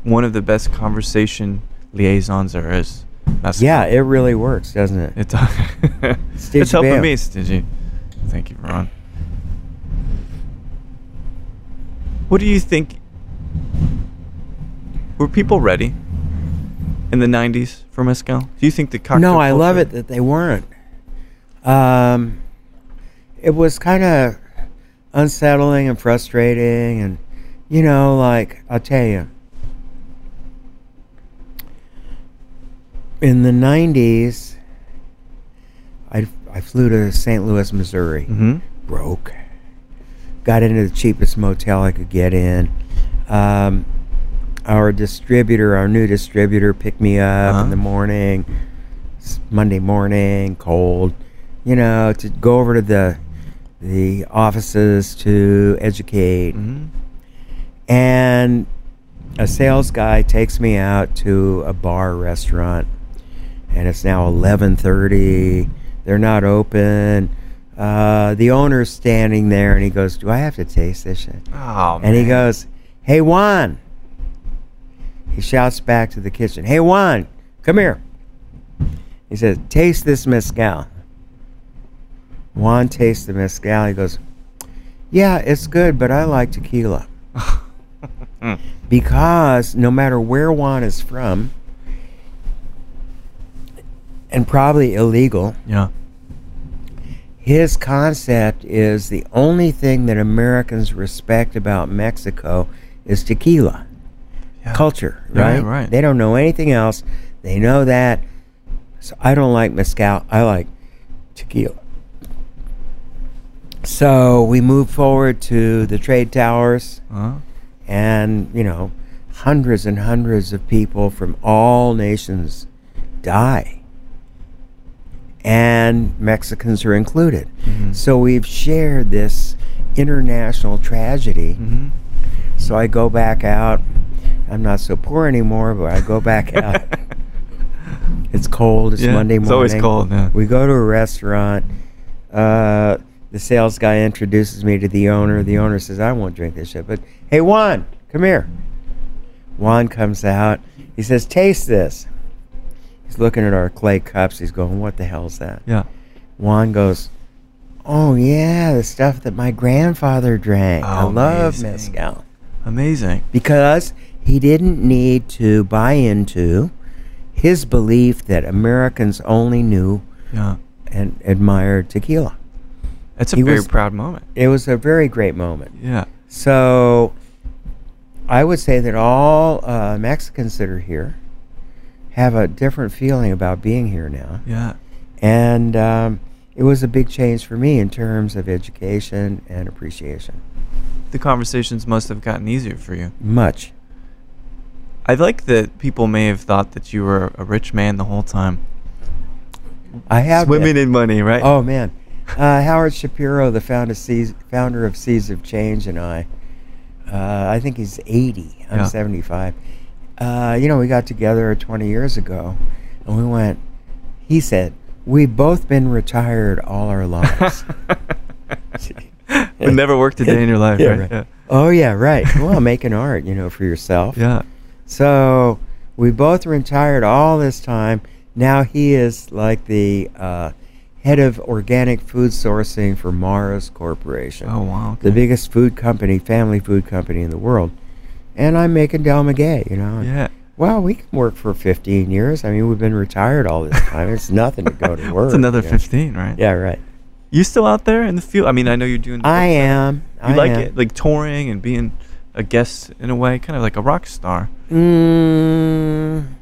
Speaker 3: one of the best conversation liaisons there is. That's
Speaker 2: Yeah, it really works, doesn't it?
Speaker 3: It's
Speaker 2: Stitchy
Speaker 3: it's helping
Speaker 2: Bam.
Speaker 3: me, Stingy. Thank you, Ron. What do you think? Were people ready in the '90s for mezcal? Do you think the cocktail?
Speaker 2: No, I love it
Speaker 3: culture-
Speaker 2: that they weren't. Um, it was kind of unsettling and frustrating, and you know, like I'll tell you, in the '90s, I I flew to St. Louis, Missouri,
Speaker 3: Mhm.
Speaker 2: broke, got into the cheapest motel I could get in. Um, our distributor, our new distributor, picked me up
Speaker 3: Uh-huh.
Speaker 2: in the morning, s- Monday morning, cold, you know, to go over to the the offices to educate.
Speaker 3: Mhm.
Speaker 2: And a sales guy takes me out to a bar restaurant, and it's now eleven thirty. They're not open. Uh, the owner's standing there, and he goes, "Do I have to taste this shit?"
Speaker 3: Oh,
Speaker 2: And he
Speaker 3: man.
Speaker 2: goes, Hey, Juan. He shouts back to the kitchen, Hey, Juan, come here. He says, Taste this mezcal. Juan tastes the mezcal. He goes, Yeah, it's good, but I like tequila.
Speaker 3: Mm.
Speaker 2: Because no matter where Juan is from, and probably illegal,
Speaker 3: Yeah.
Speaker 2: his concept is the only thing that Americans respect about Mexico is tequila
Speaker 3: yeah.
Speaker 2: culture,
Speaker 3: Yeah,
Speaker 2: right?
Speaker 3: right.
Speaker 2: They don't know anything else. They know that. So I don't like mezcal. I like tequila. So we move forward to the trade towers,
Speaker 3: Huh?
Speaker 2: and you know, hundreds and hundreds of people from all nations die, and Mexicans are included.
Speaker 3: Mhm.
Speaker 2: So we've shared this international tragedy.
Speaker 3: Mhm.
Speaker 2: So I go back out. I'm not so poor anymore, but I go back out. it's cold. It's
Speaker 3: Yeah,
Speaker 2: Monday morning.
Speaker 3: it's always cold, yeah.
Speaker 2: We go to a restaurant. Uh, the sales guy introduces me to the owner. The owner says, "I won't drink this shit," but hey, Juan, come here. Juan comes out. He says, "Taste this." He's looking at our clay cups. He's going, "What the hell's that?"
Speaker 3: Yeah.
Speaker 2: Juan goes, "Oh yeah, the stuff that my grandfather drank. I
Speaker 3: Oh,
Speaker 2: love
Speaker 3: amazing.
Speaker 2: mezcal."
Speaker 3: Amazing.
Speaker 2: because he didn't need to buy into his belief that Americans only knew
Speaker 3: Yeah.
Speaker 2: and admired tequila.
Speaker 3: That's a
Speaker 2: He
Speaker 3: very
Speaker 2: was-
Speaker 3: proud moment.
Speaker 2: It was a very great moment.
Speaker 3: Yeah.
Speaker 2: So I would say that all uh, Mexicans that are here have a different feeling about being here now.
Speaker 3: Yeah.
Speaker 2: And um, it was a big change for me in terms of education and appreciation. Mm-hmm.
Speaker 3: The conversations must have gotten easier for you.
Speaker 2: Much.
Speaker 3: I like that people may have thought that you were a rich man the whole time.
Speaker 2: I have
Speaker 3: Swimming
Speaker 2: been.
Speaker 3: in money, right?
Speaker 2: Oh man, uh, Howard Shapiro, the founder of Seas, founder of Seas of Change, and I. Uh, I think he's 80. I'm
Speaker 3: Yeah.
Speaker 2: 75. Uh, you know, we got together 20 years ago, and we went. He said, "We've both been retired all our lives."
Speaker 3: but never worked a day in your life,
Speaker 2: Yeah,
Speaker 3: right?
Speaker 2: right.
Speaker 3: Yeah.
Speaker 2: Oh yeah, right. Well, making art, you know, for yourself.
Speaker 3: Yeah.
Speaker 2: So we both retired all this time. Now he is like the uh, head of organic food sourcing for Mars Corporation,
Speaker 3: Oh wow.
Speaker 2: the
Speaker 3: okay.
Speaker 2: biggest food company, family food company in the world. And I'm making Del McGay, you know.
Speaker 3: Yeah.
Speaker 2: Well, we can work for 15 years. I mean, we've been retired all this time. It's nothing to go to work.
Speaker 3: It's another
Speaker 2: you know.
Speaker 3: fifteen, right?
Speaker 2: Yeah, right.
Speaker 3: You still out there in the field? I mean, I know you're doing.
Speaker 2: I am.
Speaker 3: You
Speaker 2: I
Speaker 3: like
Speaker 2: am.
Speaker 3: it, like touring and being a guest in a way, kind of like a rock star.
Speaker 2: Mm,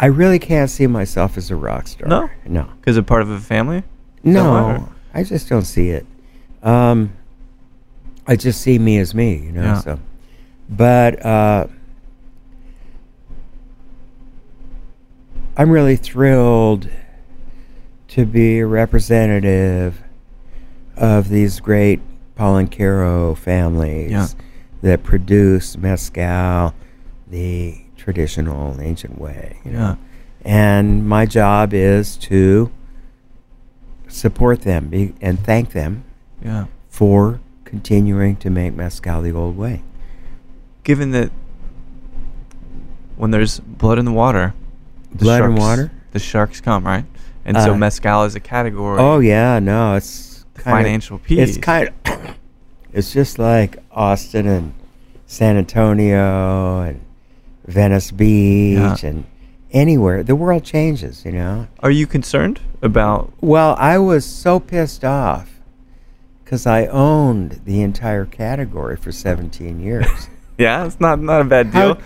Speaker 2: I really can't see myself as a rock star.
Speaker 3: No?
Speaker 2: No.
Speaker 3: Because a part of a family. Somewhere?
Speaker 2: No. I just don't see it. Um, I just see me as me, you know.
Speaker 3: Yeah.
Speaker 2: So, but uh, I'm really thrilled to be a representative of these great Palenquero families
Speaker 3: Yeah.
Speaker 2: that produce mezcal the traditional ancient way. You know?
Speaker 3: Yeah.
Speaker 2: And my job is to support them be, and thank them
Speaker 3: Yeah.
Speaker 2: for continuing to make mezcal the old way.
Speaker 3: Given that when there's blood in the water, the
Speaker 2: Blood and
Speaker 3: sharks-
Speaker 2: water?
Speaker 3: the sharks come right, and so
Speaker 2: Uh,
Speaker 3: mezcal is a category.
Speaker 2: Oh yeah, no, it's
Speaker 3: The
Speaker 2: kinda-
Speaker 3: financial piece.
Speaker 2: It's kind of it's just like Austin and San Antonio and Venice Beach
Speaker 3: Yeah. Uh,
Speaker 2: and anywhere. The world changes, you know.
Speaker 3: Are you concerned about?
Speaker 2: Well, I was so pissed off because I owned the entire category for 17 years.
Speaker 3: Yeah, it's not not a bad deal.
Speaker 2: how,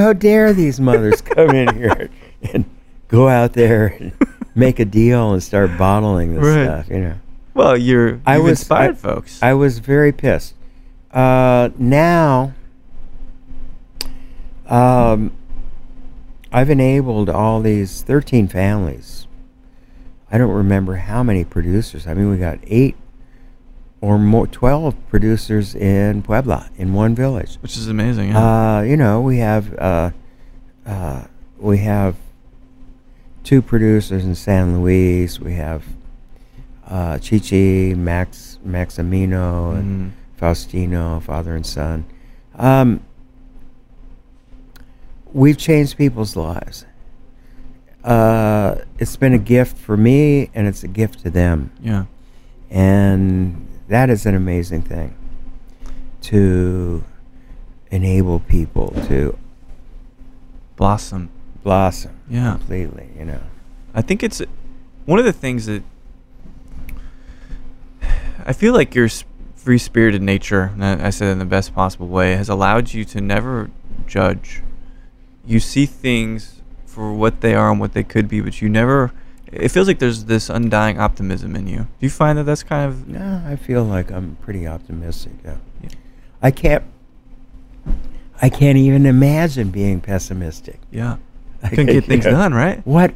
Speaker 2: how dare these mothers come in here and go out there and make a deal and start bottling this
Speaker 3: Right.
Speaker 2: stuff, you know?
Speaker 3: Well, you're
Speaker 2: I
Speaker 3: you've
Speaker 2: was-
Speaker 3: inspired
Speaker 2: I-
Speaker 3: folks.
Speaker 2: I was very pissed. Uh, now, um, I've enabled all these 13 families. I don't remember how many producers. I mean, we got eight or more, 12 producers in Puebla, in one village.
Speaker 3: which is amazing. Yeah.
Speaker 2: Uh, you know, we have uh, uh, we have two producers in San Luis. We have uh, Chichi, Max, Maximino,
Speaker 3: Mhm.
Speaker 2: and Faustino, father and son. Um, we've changed people's lives. Uh, it's been a gift for me, and it's a gift to them
Speaker 3: yeah.
Speaker 2: and that is an amazing thing to enable people to
Speaker 3: Blossom.
Speaker 2: blossom
Speaker 3: Yeah.
Speaker 2: completely you know
Speaker 3: I think it's one of the things that I feel like your free spirited nature, and I I said it in the best possible way, has allowed you to never judge. You see things for what they are and what they could be, but you never. It feels like there's this undying optimism in you. Do you find that that's kind of
Speaker 2: no i feel like i'm pretty optimistic yeah.
Speaker 3: Yeah.
Speaker 2: i can't i can't even imagine being pessimistic
Speaker 3: yeah?
Speaker 2: I
Speaker 3: Couldn't
Speaker 2: think,
Speaker 3: get things
Speaker 2: yeah.
Speaker 3: done, right?
Speaker 2: what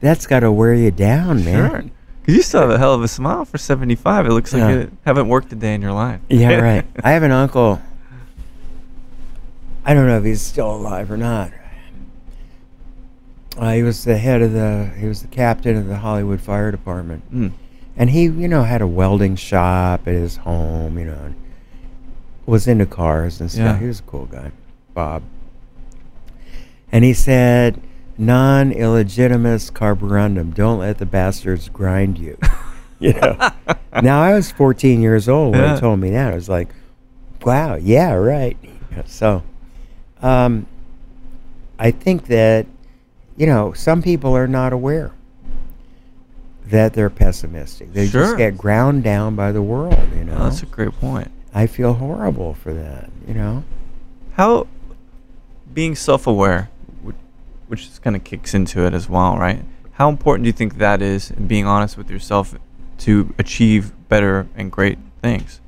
Speaker 2: that's got to wear you down man
Speaker 3: Sure. Because you still have a hell of a smile for 75. It looks
Speaker 2: Yeah.
Speaker 3: like you haven't worked a day in your life.
Speaker 2: Yeah, right. I have an uncle. I don't know if he's still alive or not. Uh, he was the head of the. He was the captain of the Hollywood Fire Department,
Speaker 3: Mm.
Speaker 2: and he, you know, had a welding shop at his home. You know, and was into cars and stuff.
Speaker 3: Yeah.
Speaker 2: He was a cool guy, Bob. And he said, "Non illegitimus carborundum. Don't let the bastards grind you." you know. now I was 14 years old when
Speaker 3: Yeah.
Speaker 2: he told me that. I was like, "Wow, yeah, right." So, um, I think that you know some people are not aware that they're pessimistic. They
Speaker 3: Sure.
Speaker 2: just get ground down by the world. You know,
Speaker 3: Oh, that's a great point.
Speaker 2: I feel horrible for that. You know,
Speaker 3: How being self-aware, wh- which just kind of kicks into it as well, right? How important do you think that is in being honest with yourself to achieve better and great things?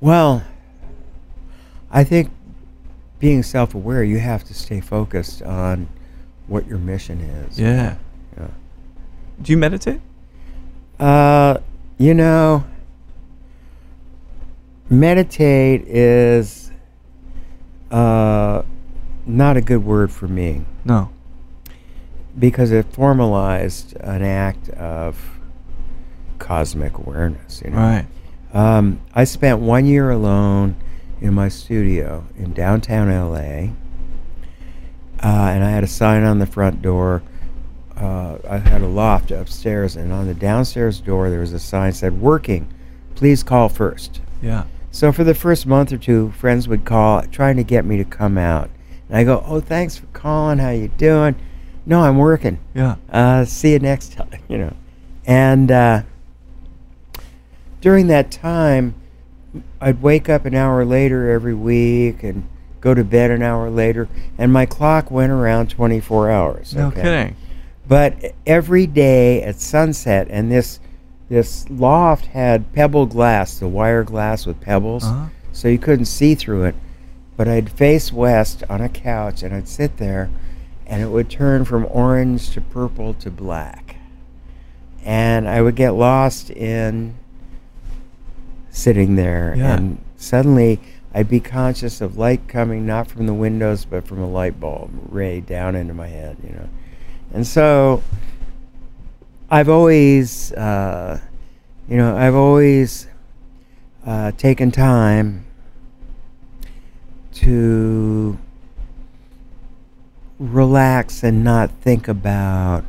Speaker 2: well, I think being self-aware, you have to stay focused on what your mission is.
Speaker 3: Yeah.
Speaker 2: Yeah.
Speaker 3: Do you meditate?
Speaker 2: Uh, you know, meditate is uh, not a good word for me
Speaker 3: No.
Speaker 2: because it formalized an act of cosmic awareness. You know?
Speaker 3: Right.
Speaker 2: Um, I spent one year alone in my studio in downtown LA, uh, and I had a sign on the front door. Uh, I had a loft upstairs, and on the downstairs door there was a sign that said "Working, please call first.
Speaker 3: Yeah.
Speaker 2: So for the first month or two, friends would call trying to get me to come out, and I go, "Oh, thanks for calling. How you doing? No, I'm working
Speaker 3: Yeah.
Speaker 2: uh, see you next time, you know. And uh, during that time, I'd wake up an hour later every week and go to bed an hour later, and my clock went around 24 hours.
Speaker 3: No
Speaker 2: okay?
Speaker 3: kidding.
Speaker 2: But every day at sunset, and this this loft had pebble glass, the wire glass with pebbles,
Speaker 3: Uh-huh.
Speaker 2: so you couldn't see through it. But I'd face west on a couch, and I'd sit there, and it would turn from orange to purple to black, and I would get lost in sitting there,
Speaker 3: Yeah.
Speaker 2: and suddenly. I'd be conscious of light coming not from the windows but from a light bulb ray down into my head, you know. And so I've always, uh, you know, I've always uh, taken time to relax and not think about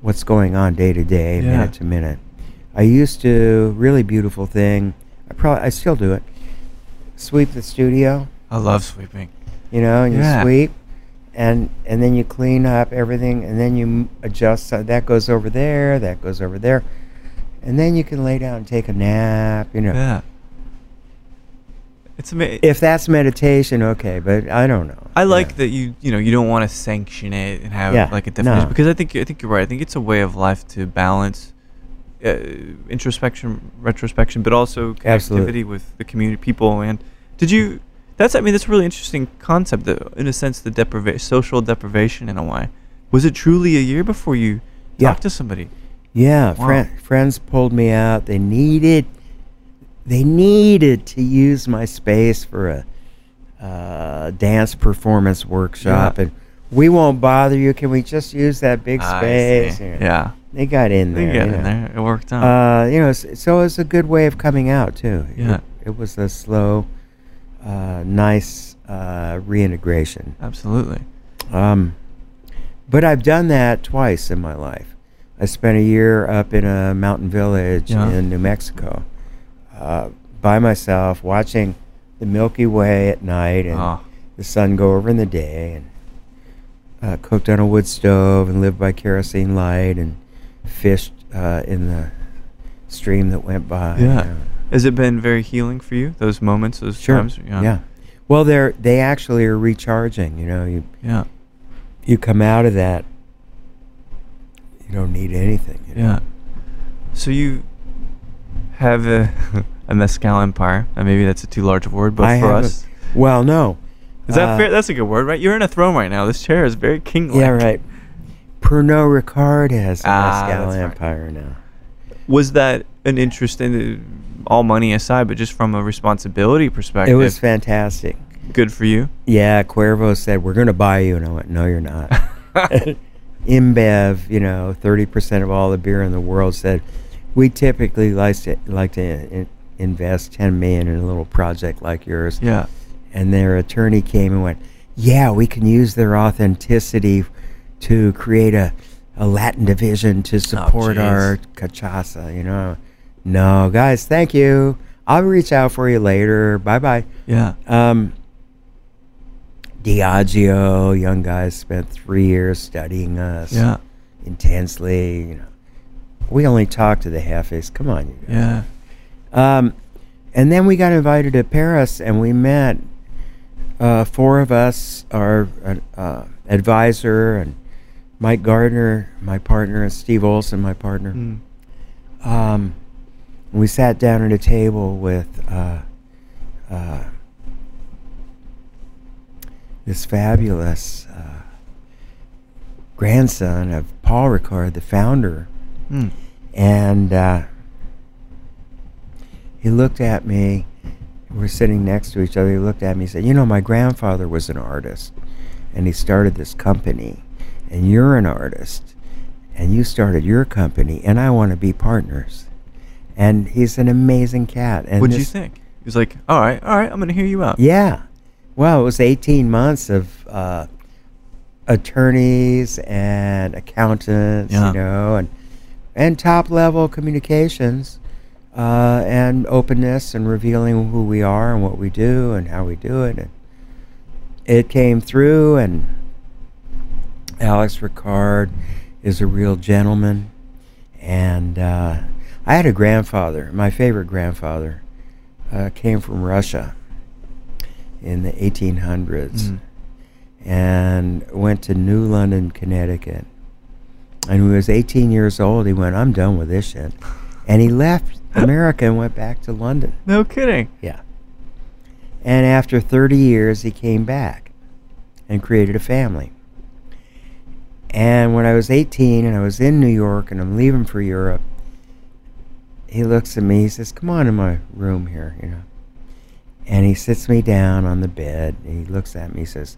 Speaker 2: what's going on day to day,
Speaker 3: Yeah.
Speaker 2: minute to minute. I used to really beautiful thing. I probably I still do it. Sweep the studio
Speaker 3: I love sweeping.
Speaker 2: you know, and
Speaker 3: Oh, Yeah.
Speaker 2: you sweep, and and then you clean up everything, and then you m- adjust. So that goes over there, that goes over there, and then you can lay down and take a nap. You know,
Speaker 3: Yeah. It's amazing.
Speaker 2: if that's meditation, okay, but I don't know.
Speaker 3: I
Speaker 2: you
Speaker 3: like
Speaker 2: know.
Speaker 3: that you you know you don't want to sanction it and have
Speaker 2: Yeah,
Speaker 3: like a definition
Speaker 2: no.
Speaker 3: because I think I think you're right. I think it's a way of life to balance uh, introspection, retrospection, but also connectivity
Speaker 2: Absolutely.
Speaker 3: with the community, people. And did you? That's I mean that's a really interesting concept. That, in a sense, the deprivation, social deprivation, in a way. Was it truly a year before you
Speaker 2: Yeah.
Speaker 3: talked to somebody?
Speaker 2: Yeah,
Speaker 3: Wow.
Speaker 2: friend, friends pulled me out. They needed, they needed to use my space for a uh, dance performance workshop,
Speaker 3: Yeah.
Speaker 2: and we won't bother you. Can we just use that big
Speaker 3: I
Speaker 2: space?
Speaker 3: see.
Speaker 2: You know,
Speaker 3: Yeah.
Speaker 2: they got in
Speaker 3: They
Speaker 2: there.
Speaker 3: got
Speaker 2: you
Speaker 3: in
Speaker 2: know.
Speaker 3: there. It worked out.
Speaker 2: Uh, you know, s- so it's a good way of coming out too. It-
Speaker 3: Yeah.
Speaker 2: It, was a slow, uh, nice uh, reintegration.
Speaker 3: Absolutely.
Speaker 2: Um, but I've done that twice in my life. I spent a year up in a mountain village
Speaker 3: Yeah.
Speaker 2: in New Mexico uh, by myself, watching the Milky Way at night and
Speaker 3: Ah.
Speaker 2: the sun go over in the day, and uh, cooked on a wood stove and lived by kerosene light and fished uh, in the stream that went by. you
Speaker 3: Yeah.
Speaker 2: know.
Speaker 3: Has it been very healing for you? Those moments, those
Speaker 2: Sure.
Speaker 3: times.
Speaker 2: yeah. Well, they're they actually are recharging. You know, you
Speaker 3: Yeah.
Speaker 2: you come out of that, you don't need anything. you know.
Speaker 3: Yeah. So you have a, a mezcal empire, and maybe that's a too large of word, but
Speaker 2: I
Speaker 3: for
Speaker 2: haven't-
Speaker 3: us,
Speaker 2: Well, no.
Speaker 3: is that
Speaker 2: Uh,
Speaker 3: fair? That's a good word, right? You're in a throne right now. This chair is very king-like.
Speaker 2: Yeah, right. Pernod Ricard has a
Speaker 3: Ah,
Speaker 2: Mezcal
Speaker 3: that's right.
Speaker 2: Empire now.
Speaker 3: Was that an interest in uh, all money aside, but just from a responsibility perspective?
Speaker 2: It was fantastic.
Speaker 3: good for you.
Speaker 2: Yeah, Cuervo said, We're going to buy you. And I went, No, you're not. InBev, you know, 30% of all the beer in the world said, We typically like to, like to in, invest 10 million in a little project like yours.
Speaker 3: yeah.
Speaker 2: and their attorney came and went, "Yeah, we can use their authenticity to create a, a Latin division to support
Speaker 3: Oh, jeez.
Speaker 2: our cachaça." You know, no, guys, thank you. I'll reach out for you later. Bye bye.
Speaker 3: Yeah.
Speaker 2: Um, Diageo, young guys spent three years studying us
Speaker 3: Yeah.
Speaker 2: intensely. You know, we only talked to the half ace. Come on, you guys.
Speaker 3: Yeah.
Speaker 2: Um, and then we got invited to Paris, and we met uh, four of us, our uh, uh, advisor and Mike Gardner, my partner, and Steve Olson, my partner.
Speaker 3: Mm.
Speaker 2: Um, we sat down at a table with uh, uh, this fabulous uh, grandson of Paul Ricard, the founder.
Speaker 3: Mm.
Speaker 2: And uh, he looked at me. We're sitting next to each other. He looked at me and said, You know, my grandfather was an artist and he started this company. And you're an artist and you started your company. And I want to be partners. And he's an amazing cat. And
Speaker 3: What would you
Speaker 2: this-
Speaker 3: think? He was like, all right, all right, I'm going to hear you out.
Speaker 2: yeah. Well, it was 18 months of uh, attorneys and accountants,
Speaker 3: Yeah.
Speaker 2: you know, and and top level communications uh, and openness and revealing who we are and what we do and how we do it. And it came through, and Alex Ricard is a real gentleman. And uh, I had a grandfather, my favorite grandfather, uh, came from Russia in the 1800s
Speaker 3: Mm.
Speaker 2: and went to New London, Connecticut. And when he was 18 years old, he went, I'm done with this shit. And he left America and went back to London.
Speaker 3: No kidding.
Speaker 2: Yeah. And after 30 years, he came back and created a family. And when I was 18 and I was in New York and I'm leaving for Europe, he looks at me, he says, Come on in my room here, you know. And he sits me down on the bed and he looks at me, he says,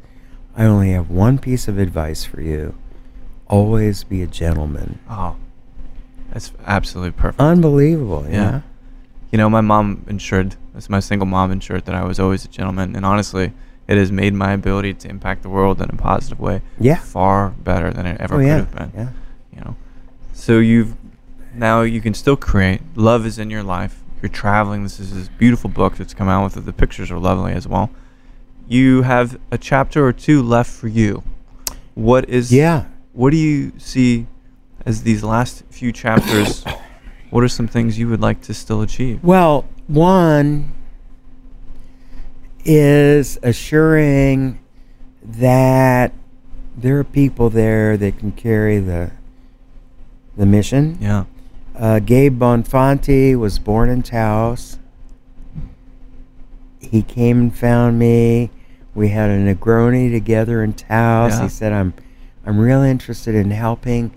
Speaker 2: I only have one piece of advice for you always be a gentleman.
Speaker 3: Oh, that's absolutely perfect.
Speaker 2: Unbelievable, you
Speaker 3: Yeah.
Speaker 2: know?
Speaker 3: you know, my mom ensured, as my single mom ensured that I was always a gentleman. And honestly, it has made my ability to impact the world in a positive way
Speaker 2: Yeah.
Speaker 3: far better than it ever
Speaker 2: Oh,
Speaker 3: could
Speaker 2: yeah.
Speaker 3: have been.
Speaker 2: Yeah.
Speaker 3: You know, so you've now you can still create. Love is in your life. You're traveling. This is this beautiful book that's come out with it. The pictures are lovely as well. You have a chapter or two left for you. What is
Speaker 2: Yeah.
Speaker 3: what do you see as these last few chapters? what are some things you would like to still achieve?
Speaker 2: Well, one is assuring that there are people there that can carry the the mission.
Speaker 3: Yeah.
Speaker 2: Uh, Gabe Bonfanti was born in Taos. He came and found me. We had a Negroni together in Taos.
Speaker 3: Yeah.
Speaker 2: He said, "I'm, I'm really interested in helping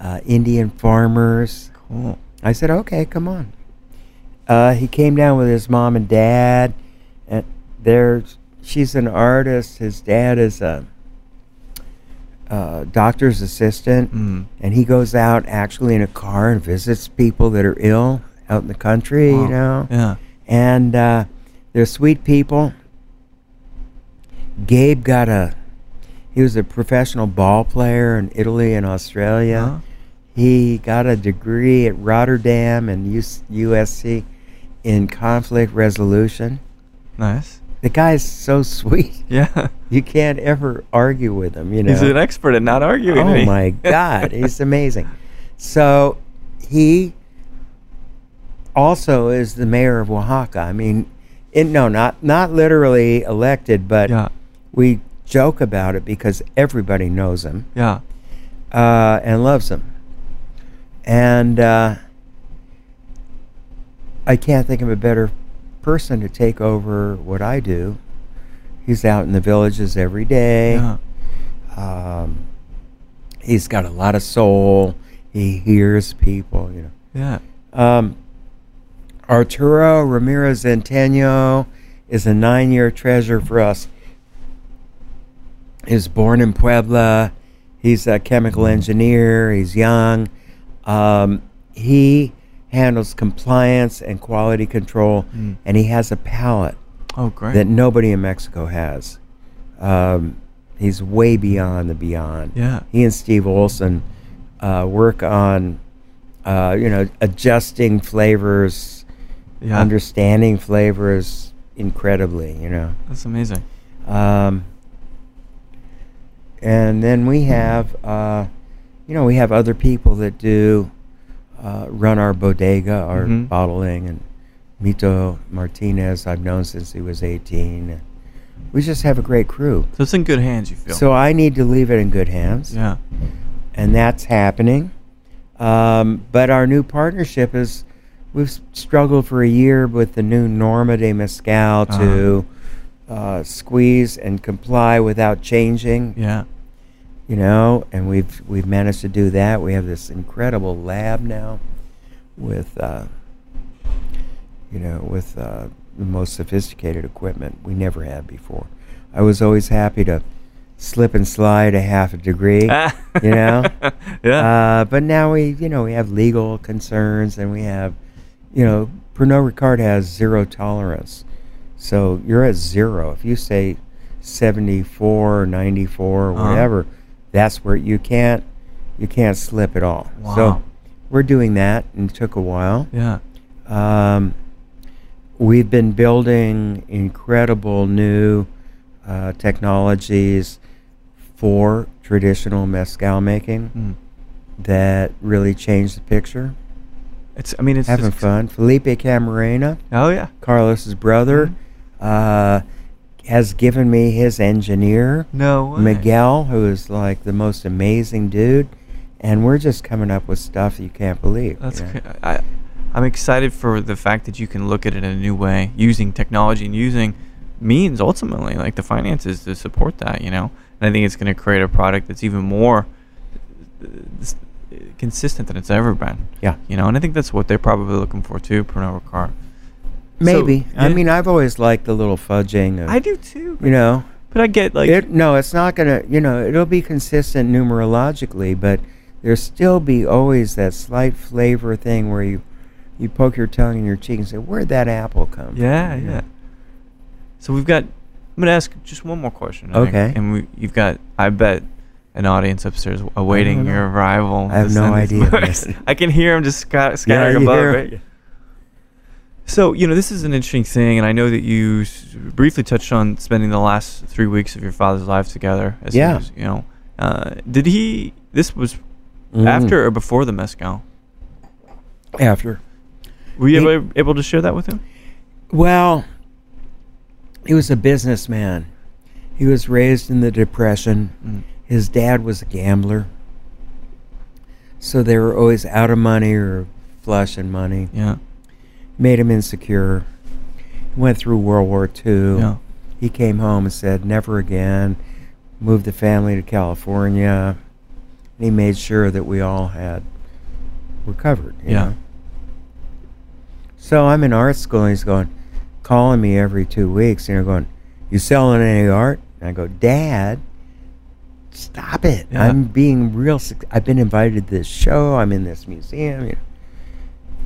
Speaker 2: uh, Indian farmers."
Speaker 3: Cool.
Speaker 2: I said, okay, come on. Uh, he came down with his mom and dad, and there, she's an artist. His dad is a, uh doctor's assistant,
Speaker 3: Mm.
Speaker 2: and he goes out actually in a car and visits people that are ill out in the country,
Speaker 3: Wow.
Speaker 2: you know.
Speaker 3: Yeah.
Speaker 2: And uh, they're sweet people. Gabe got a, he was a professional ball player in Italy and Australia.
Speaker 3: Huh?
Speaker 2: He got a degree at Rotterdam and US USC in conflict resolution.
Speaker 3: Nice.
Speaker 2: The guy's so sweet.
Speaker 3: Yeah.
Speaker 2: You can't ever argue with him, you know.
Speaker 3: He's an expert at not arguing.
Speaker 2: oh
Speaker 3: isn't he?
Speaker 2: my god, he's amazing. So, he also is the mayor of Oaxaca. I mean, it, no, not not literally elected, but
Speaker 3: yeah.
Speaker 2: we joke about it because everybody knows him.
Speaker 3: Yeah.
Speaker 2: uh, and loves him. And uh, I can't think of a better person to take over what I do. He's out in the villages every day.
Speaker 3: Yeah.
Speaker 2: Um, he's got a lot of soul. He hears people, you know.
Speaker 3: Yeah.
Speaker 2: Um, Arturo Ramirez Centeno is a nine year treasure for us. He was born in Puebla. He's a chemical engineer. He's young. Um, he handles compliance and quality control,
Speaker 3: Mm.
Speaker 2: and he has a palate
Speaker 3: Oh great.
Speaker 2: that nobody in Mexico has. Um, he's way beyond the beyond.
Speaker 3: Yeah.
Speaker 2: He and Steve Olson uh, work on, uh, you know, adjusting flavors,
Speaker 3: yeah.
Speaker 2: understanding flavors incredibly, you know.
Speaker 3: That's amazing.
Speaker 2: Um, and then we have, uh, you know, we have other people that do uh, run our bodega, our
Speaker 3: Mhm.
Speaker 2: bottling, and Mito Martinez I've known since he was 18. We just have a great crew.
Speaker 3: So it's in good hands. You feel.
Speaker 2: So I need to leave it in good hands,
Speaker 3: Yeah.
Speaker 2: and that's happening. Um, but our new partnership is we've s- struggled for a year with the new Norma de Mescal
Speaker 3: Uh-huh.
Speaker 2: to uh, squeeze and comply without changing.
Speaker 3: Yeah.
Speaker 2: You know, and we've we've managed to do that. We have this incredible lab now, with uh, you know with uh, the most sophisticated equipment we never had before. I was always happy to slip and slide a half a degree. you know.
Speaker 3: yeah.
Speaker 2: Uh, but now we, you know, we have legal concerns, and we have, you know, Pernod Ricard has zero tolerance. So you're at zero. If you say 74 or 94 or
Speaker 3: Uh-huh.
Speaker 2: whatever, that's where you can't, you can't slip at all.
Speaker 3: Wow.
Speaker 2: So we're doing that, and it took a while.
Speaker 3: yeah.
Speaker 2: Um, we've been building incredible new uh, technologies for traditional mezcal making
Speaker 3: Mm.
Speaker 2: that really changed the picture.
Speaker 3: It's. I mean, it's
Speaker 2: Having
Speaker 3: just-
Speaker 2: fun. Felipe Camarena,
Speaker 3: Oh Mm-hmm. yeah.
Speaker 2: Carlos's brother, uh, has given me his engineer,
Speaker 3: No way.
Speaker 2: Miguel, who is like the most amazing dude. And we're just coming up with stuff you can't believe.
Speaker 3: That's.
Speaker 2: you know?
Speaker 3: cra- I, I'm excited for the fact that you can look at it in a new way, using technology and using means ultimately, like the finances to support that. You know, and I think it's going to create a product that's even more uh, s- consistent than it's ever been.
Speaker 2: Yeah.
Speaker 3: You know, and I think that's what they're probably looking for too, Pernod Ricard. So,
Speaker 2: Maybe. I
Speaker 3: yeah.
Speaker 2: mean, I've always liked the little fudging. Of,
Speaker 3: I do too.
Speaker 2: You know,
Speaker 3: But I get like
Speaker 2: it, no, it's not going to, you know, it'll be consistent numerologically, but there'll still be always that slight flavor thing where you, you poke your tongue in your cheek and say, where'd that apple come
Speaker 3: Yeah,
Speaker 2: from?
Speaker 3: yeah. So we've got. I'm gonna ask just one more question. I think,
Speaker 2: Okay.
Speaker 3: and we, you've got, I bet, an audience upstairs awaiting
Speaker 2: know.
Speaker 3: your arrival.
Speaker 2: I have
Speaker 3: to
Speaker 2: no
Speaker 3: send these
Speaker 2: idea,
Speaker 3: books.
Speaker 2: man.
Speaker 3: I can hear them just scat- scattering
Speaker 2: you
Speaker 3: above.
Speaker 2: hear 'em.
Speaker 3: Right? So you know this is an interesting thing, and I know that you s- briefly touched on spending the last three weeks of your father's life together. As he
Speaker 2: Yeah.
Speaker 3: was, you know, uh, did he? This was
Speaker 2: Mm.
Speaker 3: after or before the mezcal.
Speaker 2: After.
Speaker 3: Were you
Speaker 2: He-
Speaker 3: able, able to share that with him?
Speaker 2: Well, he was a businessman. He was raised in the Depression.
Speaker 3: Mm.
Speaker 2: His dad was a gambler. So they were always out of money or flush in money.
Speaker 3: Yeah.
Speaker 2: Made him insecure. He went through World War II.
Speaker 3: Yeah.
Speaker 2: He came home and said, never again. Moved the family to California. And he made sure that we all had recovered. you
Speaker 3: Yeah.
Speaker 2: know? So I'm in art school, and he's going, calling me every two weeks, and they're going, "You selling any art?" And I go, "Dad, stop it!
Speaker 3: Yeah.
Speaker 2: I'm being real. suc- I've been invited to this show. I'm in this museum. You, know.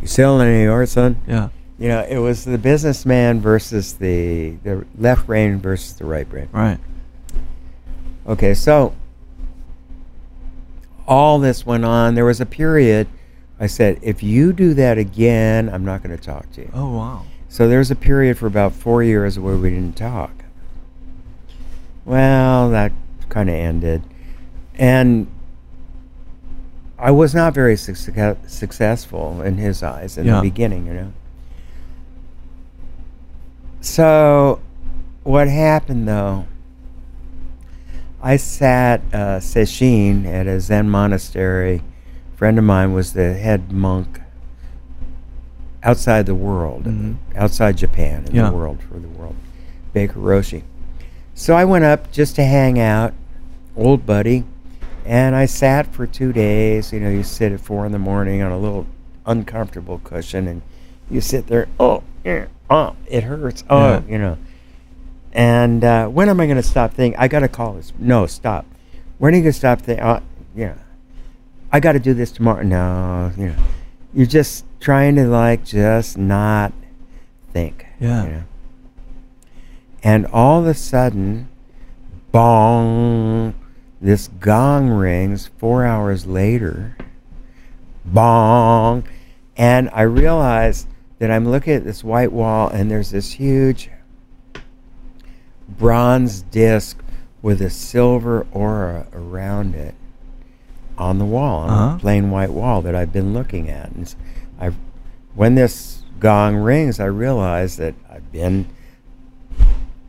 Speaker 2: you selling any art, son?"
Speaker 3: Yeah.
Speaker 2: You know, it was the businessman versus the the left brain versus the right brain.
Speaker 3: Right.
Speaker 2: Okay, so all this went on. There was a period. I said, if you do that again, I'm not going to talk to you.
Speaker 3: Oh wow.
Speaker 2: So there was a period for about four years where we didn't talk. Well, that kind of ended. And I was not very succe- successful in his eyes in
Speaker 3: Yeah.
Speaker 2: the beginning, you know. So what happened though? I sat uh, Sesshin at a Zen monastery. A friend of mine was the head monk outside the world,
Speaker 3: Mhm.
Speaker 2: outside Japan, in
Speaker 3: Yeah.
Speaker 2: the world, for the world, Baker Roshi. So I went up just to hang out, old buddy, and I sat for two days. You know, you sit at four in the morning on a little uncomfortable cushion and you sit there, oh, eh, oh it hurts, oh,
Speaker 3: Yeah.
Speaker 2: you know. And uh, when am I going to stop thinking? I got to call this. No, stop. When are you going to stop thinking? Uh, yeah. I got to do this tomorrow. No, you know. You're just trying to, like, just not think.
Speaker 3: Yeah.
Speaker 2: you know. And all of a sudden, bong, this gong rings four hours later. Bong. And I realize that I'm looking at this white wall and there's this huge bronze disc with a silver aura around it on the wall, on
Speaker 3: Uh-huh.
Speaker 2: a plain white wall that I've been looking at. And s- I, when this gong rings, I realize that I've been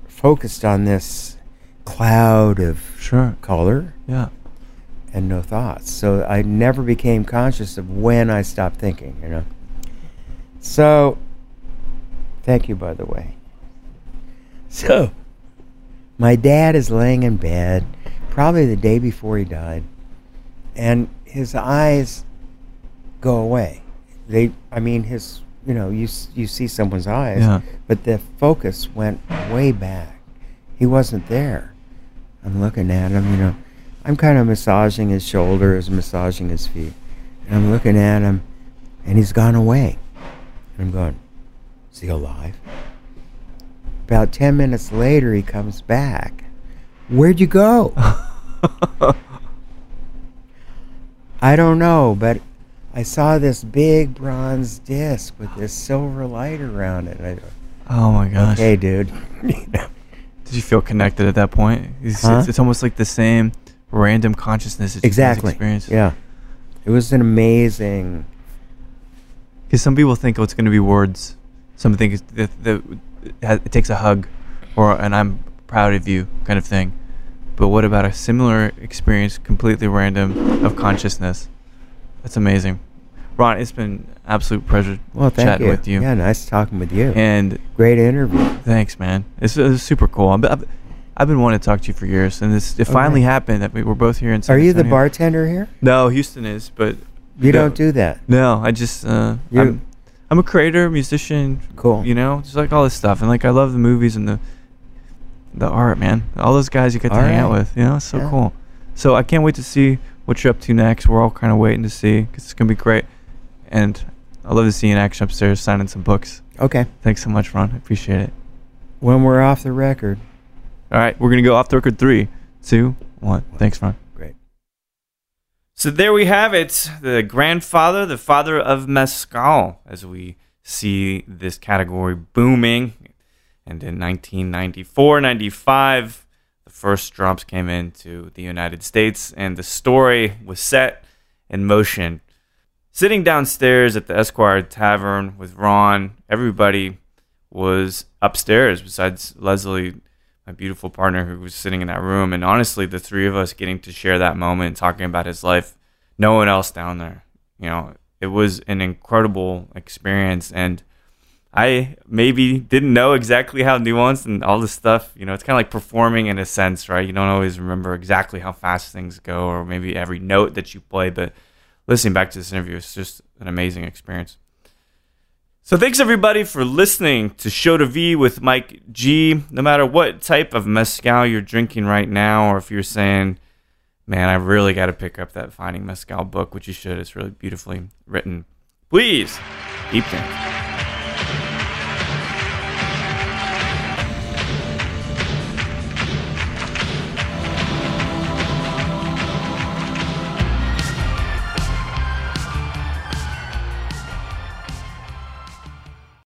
Speaker 2: focused on this cloud of
Speaker 3: Sure.
Speaker 2: color
Speaker 3: Yeah.
Speaker 2: and no thoughts. So I never became conscious of when I stopped thinking, you know. So, thank you, by the way. So, My dad is laying in bed, probably the day before he died, and his eyes go away. They, I mean, his, you know, you s- you see someone's eyes,
Speaker 3: Yeah.
Speaker 2: but the focus went way back. He wasn't there. I'm looking at him, you know. I'm kind of massaging his shoulders, massaging his feet, and I'm looking at him, and he's gone away. And I'm going, is he alive? About ten minutes later, he comes back. Where'd you go?
Speaker 3: Oh
Speaker 2: I don't know, but I saw this big bronze disc with this silver light around it. I go,
Speaker 3: oh my gosh.
Speaker 2: okay, dude. You know,
Speaker 3: Did you feel connected at that point? It's,
Speaker 2: Huh?
Speaker 3: it's, it's almost like the same random consciousness that you guys
Speaker 2: exactly.
Speaker 3: experience.
Speaker 2: Yeah. It was an amazing.
Speaker 3: Because some people think, oh, it's going to be words. Some think it's- that, that it ha- it takes a hug or an I'm proud of you kind of thing. But what about a similar experience, completely random, of consciousness? That's amazing. Ron, it's been absolute pleasure
Speaker 2: Well, thank
Speaker 3: chatting
Speaker 2: you.
Speaker 3: with you.
Speaker 2: Yeah, nice talking with you.
Speaker 3: And
Speaker 2: Great interview.
Speaker 3: Thanks, man. This is super cool. I've, I've, I've been wanting to talk to you for years, and this it
Speaker 2: Okay.
Speaker 3: finally happened. That we were both here in. San
Speaker 2: Are you the
Speaker 3: Antonio.
Speaker 2: bartender here?
Speaker 3: No, Houston is, but
Speaker 2: You
Speaker 3: Yeah.
Speaker 2: don't do that.
Speaker 3: No, I just uh,
Speaker 2: You-
Speaker 3: I'm, I'm a creator, musician.
Speaker 2: Cool.
Speaker 3: You know, just like all this stuff, and like I love the movies and the the art, man. All those guys you get to
Speaker 2: All
Speaker 3: hang out
Speaker 2: right.
Speaker 3: with. You know, it's so
Speaker 2: Yeah.
Speaker 3: cool. So I can't wait to see what you're up to next. We're all kind of waiting to see because it's gonna be great, and I love to see you in action upstairs signing some books.
Speaker 2: Okay.
Speaker 3: Thanks so much, Ron. I appreciate it.
Speaker 2: When we're off the record.
Speaker 3: All right, we're gonna go off the record. Three, two, one. Thanks, Ron.
Speaker 2: Great.
Speaker 1: So there we have it. The grandfather, the father of mezcal, as we see this category booming. And in 1994, 95, the first drops came into the United States, and the story was set in motion. Sitting downstairs at the Esquire Tavern with Ron, everybody was upstairs besides Leslie, my beautiful partner who was sitting in that room. And honestly, the three of us getting to share that moment, talking about his life, no one else down there. You know, it was an incredible experience. And I maybe didn't know exactly how nuanced and all this stuff, you know, it's kind of like performing in a sense, right? You don't always remember exactly how fast things go or maybe every note that you play. But listening back to this interview, it's just an amazing experience. So thanks everybody for listening to Show to V with Mike G. No matter what type of mezcal you're drinking right now, or if you're saying, "Man, I really got to pick up that Finding Mezcal book," which you should. It's really beautifully written. Please keep drinking.